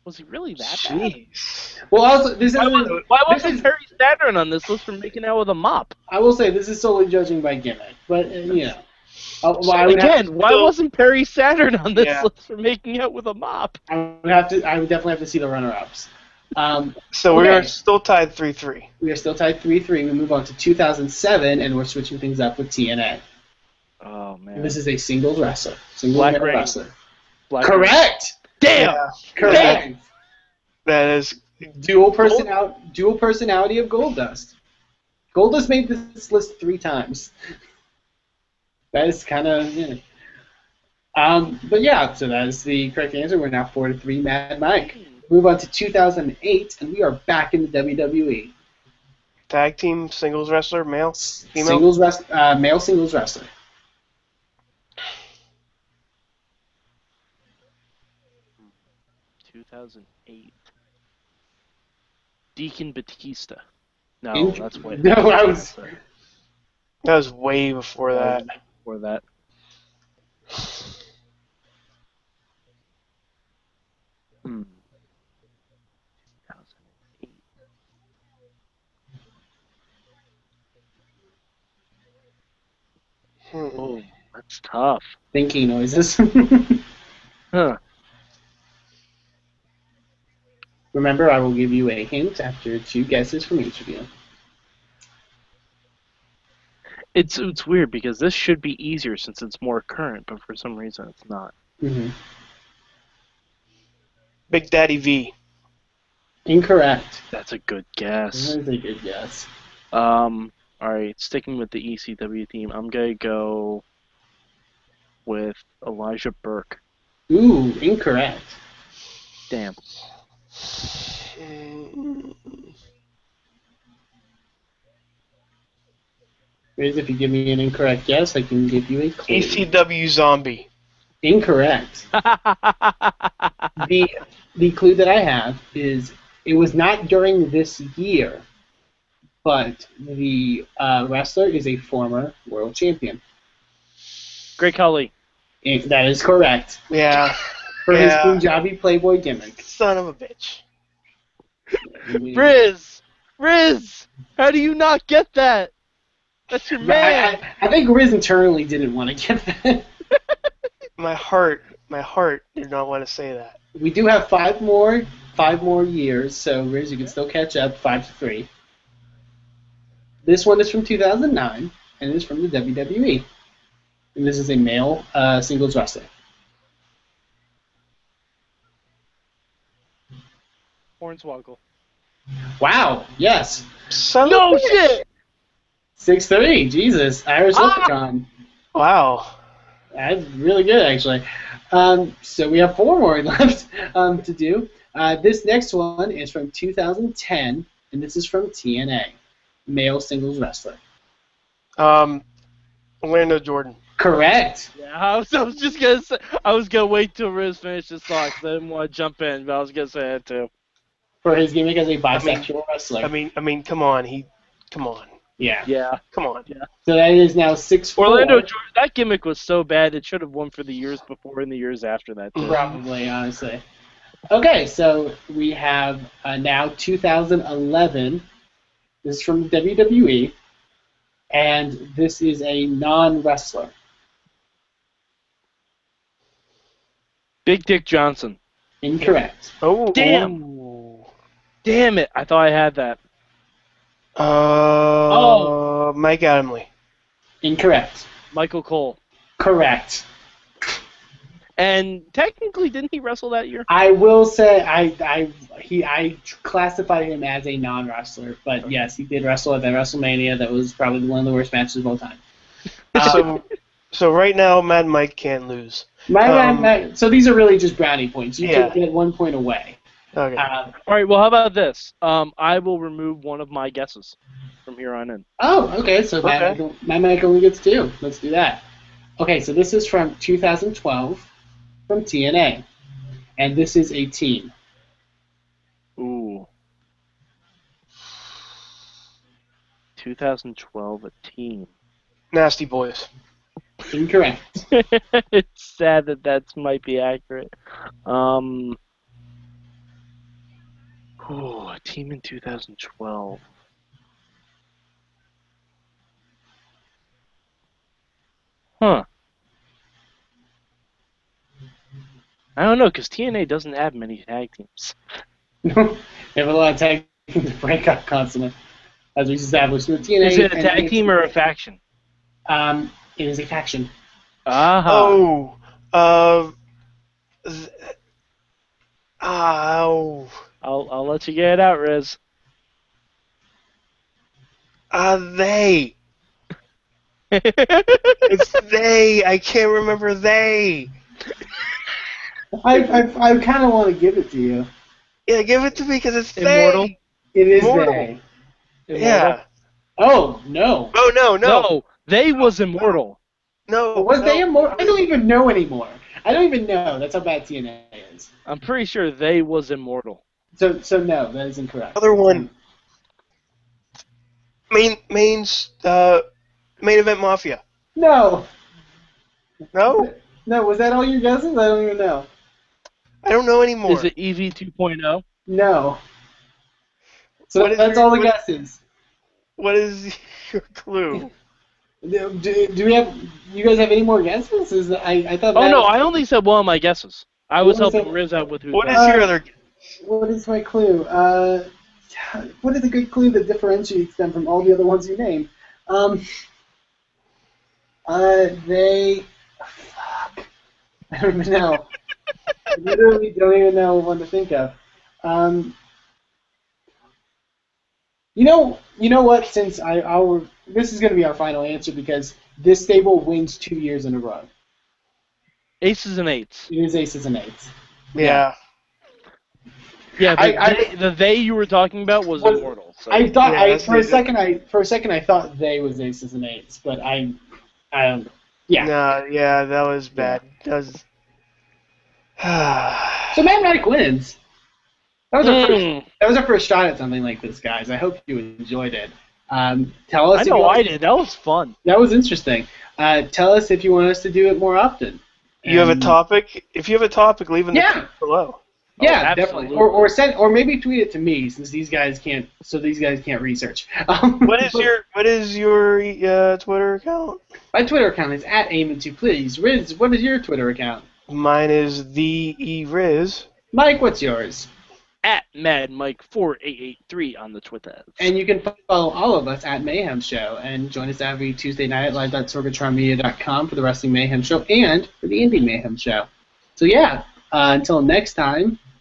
[SPEAKER 3] was he really that bad?
[SPEAKER 1] Jeez.
[SPEAKER 2] Well, also this is
[SPEAKER 3] Why, was, why
[SPEAKER 2] this
[SPEAKER 3] wasn't
[SPEAKER 2] is-
[SPEAKER 3] Perry Saturn on this list for making out with a mop?
[SPEAKER 2] I will say this is solely judging by gimmick, but uh, you know, uh, well, I would
[SPEAKER 3] Again,
[SPEAKER 2] have,
[SPEAKER 3] why
[SPEAKER 1] so-
[SPEAKER 3] wasn't Perry Saturn on this
[SPEAKER 1] Yeah.
[SPEAKER 3] list for making out with a mop?
[SPEAKER 2] I would have to, I would definitely have to see the runner-ups. Um,
[SPEAKER 1] So we are
[SPEAKER 2] Okay.
[SPEAKER 1] still tied three-three.
[SPEAKER 2] we are still tied three-three. We move on to 2007, and we're switching things up with TNA.
[SPEAKER 3] Oh
[SPEAKER 2] And
[SPEAKER 3] man,
[SPEAKER 2] this is a singles wrestler, singles
[SPEAKER 3] Black
[SPEAKER 2] male
[SPEAKER 3] Rain.
[SPEAKER 2] wrestler.
[SPEAKER 3] Black
[SPEAKER 2] Correct.
[SPEAKER 3] Damn.
[SPEAKER 1] Yeah,
[SPEAKER 2] Correct.
[SPEAKER 1] that is.
[SPEAKER 2] Dual personality, dual personality of Goldust. Goldust made this list three times. *laughs* That is kind of. Yeah. Um, but yeah, so that is the correct answer. We're now four to three, Mad Mike. Move on to 2008, and we are back in the E. WWE.
[SPEAKER 1] Tag team singles wrestler male. Female?
[SPEAKER 2] Singles wrest- uh, male singles wrestler.
[SPEAKER 3] Two thousand eight. Deacon Batista. No,
[SPEAKER 2] In-
[SPEAKER 3] that's way.
[SPEAKER 2] *laughs* No, I was-
[SPEAKER 1] That was way before that.
[SPEAKER 3] Before Uh, that. Hmm. 2008.
[SPEAKER 1] Hmm.
[SPEAKER 3] Oh, that's tough.
[SPEAKER 2] Thinking noises.
[SPEAKER 3] Huh.
[SPEAKER 2] *laughs* Remember, I will give you a hint after two guesses from each of you.
[SPEAKER 3] It's it's weird because this should be easier since it's more current, but for some reason it's not.
[SPEAKER 2] Mm-hmm.
[SPEAKER 1] Big Daddy V.
[SPEAKER 2] Incorrect.
[SPEAKER 3] That's a good guess.
[SPEAKER 2] That is a good guess.
[SPEAKER 3] Um. All right. Sticking with the ECW theme, I'm gonna go with Elijah Burke.
[SPEAKER 2] Ooh, incorrect.
[SPEAKER 3] *laughs* Damn.
[SPEAKER 2] Is if you give me an incorrect guess, I can give you a clue.
[SPEAKER 1] ECW Zombie.
[SPEAKER 2] Incorrect. the the clue that I have is it was not during this year, but the uh, wrestler is a former world champion.
[SPEAKER 3] Great Khali.
[SPEAKER 2] If that is correct.
[SPEAKER 1] Yeah.
[SPEAKER 2] For
[SPEAKER 3] *laughs*
[SPEAKER 1] Yeah.
[SPEAKER 2] his Punjabi Playboy gimmick.
[SPEAKER 1] Son of a bitch.
[SPEAKER 3] Riz, Riz, how do you not get that? That's your man.
[SPEAKER 2] I, I, I think Riz internally didn't want to get that.
[SPEAKER 1] My heart, my heart did not want to say that.
[SPEAKER 2] We do have five more, five more years, so Riz, you can still catch up, five to three. This one is from 2009, and it is from the WWE. And this is a male uh, singles wrestler.
[SPEAKER 3] Hornswoggle.
[SPEAKER 2] Wow. Yes.
[SPEAKER 1] Son of
[SPEAKER 3] *laughs* *laughs* No
[SPEAKER 1] a-
[SPEAKER 3] shit.
[SPEAKER 2] Six three. Jesus. Irish
[SPEAKER 3] Ah!
[SPEAKER 2] leprechaun.
[SPEAKER 1] Wow.
[SPEAKER 2] That's really good, actually. Um, so we have four more *laughs* left um, to do. Uh, this next one is from 2010, and this is from TNA, male singles wrestler.
[SPEAKER 1] Um, Orlando Jordan.
[SPEAKER 2] Correct.
[SPEAKER 3] Yeah, I was, I was just gonna say, I was gonna wait till Riz finished his thought 'cause I didn't want to jump in, but I was gonna say that too.
[SPEAKER 2] For his gimmick as a bisexual wrestler.
[SPEAKER 1] I mean, I mean, come on, he, come on,
[SPEAKER 2] yeah.
[SPEAKER 3] Yeah,
[SPEAKER 1] come on.
[SPEAKER 2] So that is now six four.
[SPEAKER 3] Orlando Jordan. That gimmick was so bad it should have won for the years before and the years after that. Too.
[SPEAKER 2] Probably, honestly. Okay, so we have uh, now 2011. This is from WWE, and this is a non wrestler.
[SPEAKER 3] Big Dick Johnson.
[SPEAKER 2] Incorrect.
[SPEAKER 1] Oh.
[SPEAKER 3] Damn. Damn it! I thought I had that.
[SPEAKER 1] Uh, oh. Mike Adamley.
[SPEAKER 2] Incorrect.
[SPEAKER 3] Michael Cole.
[SPEAKER 2] Correct.
[SPEAKER 3] And technically, didn't he wrestle that year?
[SPEAKER 2] I will say I I he I classify him as a non wrestler, but yes, he did wrestle at that WrestleMania. That was probably one of the worst matches of all time. Um,
[SPEAKER 1] So, so right now, Mad Mike can't lose.
[SPEAKER 2] my, my-
[SPEAKER 1] um,
[SPEAKER 2] my- so these are really just brownie points. You
[SPEAKER 1] Yeah.
[SPEAKER 2] can get one point away.
[SPEAKER 1] Okay.
[SPEAKER 2] Um,
[SPEAKER 3] All right. Well, how about this? Um, I will remove one of my guesses from here on in.
[SPEAKER 2] Oh, okay. So that my mic only gets two. Let's do that. Okay, so this is from 2012 from TNA, and this is a team.
[SPEAKER 3] Ooh. 2012, a team.
[SPEAKER 1] Nasty Boys.
[SPEAKER 2] Incorrect. *laughs*
[SPEAKER 3] *laughs* it's sad that that might be accurate. Um, ooh, a team in 2012. Huh. I don't know, because TNA doesn't have many tag teams.
[SPEAKER 2] they have a lot of tag *laughs* teams that break up constantly, as we established. The TNA
[SPEAKER 3] Is it a tag team or a faction?
[SPEAKER 2] Um, it is a faction.
[SPEAKER 3] Ah.
[SPEAKER 1] Oh. Uh. Th- ow.
[SPEAKER 3] I'll, I'll let you get it out, Riz. *laughs*
[SPEAKER 1] Ah, they. It's they. I can't remember they.
[SPEAKER 2] I I, I kind of want to give it to you.
[SPEAKER 1] Yeah, give it to me because it's
[SPEAKER 3] Immortal?
[SPEAKER 1] they.
[SPEAKER 2] It is
[SPEAKER 1] Mortal.
[SPEAKER 2] they.
[SPEAKER 1] Yeah.
[SPEAKER 2] Oh no.
[SPEAKER 1] Oh no, no,
[SPEAKER 3] No, they was immortal.
[SPEAKER 1] no.
[SPEAKER 2] Oh, Was
[SPEAKER 1] no.
[SPEAKER 2] they immortal? I don't even know anymore. I don't even know. That's how bad TNA is.
[SPEAKER 3] I'm pretty sure they was immortal.
[SPEAKER 2] So so no, that is incorrect.
[SPEAKER 1] Other one. Main mains uh, main event mafia.
[SPEAKER 2] No.
[SPEAKER 1] No,
[SPEAKER 2] No, was that all your guesses? I don't even know.
[SPEAKER 1] I don't know anymore.
[SPEAKER 3] Is it E EV 2.0?
[SPEAKER 2] No. So
[SPEAKER 1] What is
[SPEAKER 2] that's
[SPEAKER 1] your-
[SPEAKER 2] all the
[SPEAKER 1] what-
[SPEAKER 2] guesses.
[SPEAKER 1] What is *laughs* your clue?
[SPEAKER 2] Do, do, do we have? You guys have any more guesses? Is I, I thought.
[SPEAKER 3] Oh
[SPEAKER 2] that
[SPEAKER 3] no,
[SPEAKER 2] was-
[SPEAKER 3] I only said one of my guesses. I was
[SPEAKER 2] What was
[SPEAKER 3] helping
[SPEAKER 2] it?
[SPEAKER 3] Riz out with who.
[SPEAKER 1] What is
[SPEAKER 3] that-
[SPEAKER 1] your other?
[SPEAKER 2] What is my clue? Uh, what is a good clue that differentiates them from all the other ones you named? Um. Uh, they. Fuck. I don't even know. I literally don't even know what to think of. Um, you know, you know what? Since I, our this is going to be our final answer because this stable wins two years in a row.
[SPEAKER 3] Aces and eights.
[SPEAKER 2] It is aces and eights.
[SPEAKER 1] Yeah.
[SPEAKER 3] Yeah, the,
[SPEAKER 2] I- I-
[SPEAKER 3] they, the they you were talking about was,
[SPEAKER 2] Was-
[SPEAKER 3] immortal. So.
[SPEAKER 2] I thought
[SPEAKER 1] Yeah,
[SPEAKER 2] I
[SPEAKER 1] that's
[SPEAKER 2] for a
[SPEAKER 1] needed.
[SPEAKER 2] second I for a second I thought they was aces and eights, but I, I don't. Yeah.
[SPEAKER 1] No, yeah, that was bad. That was. *sighs*
[SPEAKER 2] So Matt Mike wins. That was our first.
[SPEAKER 3] Mm,
[SPEAKER 2] That was our first shot at something like this, guys. I hope you enjoyed it. Um, tell us.
[SPEAKER 3] I
[SPEAKER 2] if
[SPEAKER 3] know
[SPEAKER 2] you want-
[SPEAKER 3] I did. That was fun.
[SPEAKER 2] That was interesting. Uh, tell us if you want us to do it more often.
[SPEAKER 1] you have a
[SPEAKER 2] And-
[SPEAKER 1] topic. If you have a topic, leave it in the
[SPEAKER 2] Yeah.
[SPEAKER 1] comments below.
[SPEAKER 2] yeah,
[SPEAKER 3] Oh, absolutely.
[SPEAKER 2] definitely. Or, or send, or maybe tweet it to me since these guys can't. So these guys can't research. *laughs* Um,
[SPEAKER 1] What is
[SPEAKER 2] but
[SPEAKER 1] your what is your uh, Twitter account?
[SPEAKER 2] My Twitter account is at aim and two please. Riz, what is your Twitter account?
[SPEAKER 1] Mine is the E eriz.
[SPEAKER 2] Mike, what's yours?
[SPEAKER 3] At Mad Mike four eight eight three on the Twitter.
[SPEAKER 2] And you can follow all of us at Mayhem Show and join us every Tuesday night at live.sorgatronmedia.com for the Wrestling Mayhem Show and for the Indie Mayhem Show. So yeah, uh, until next time,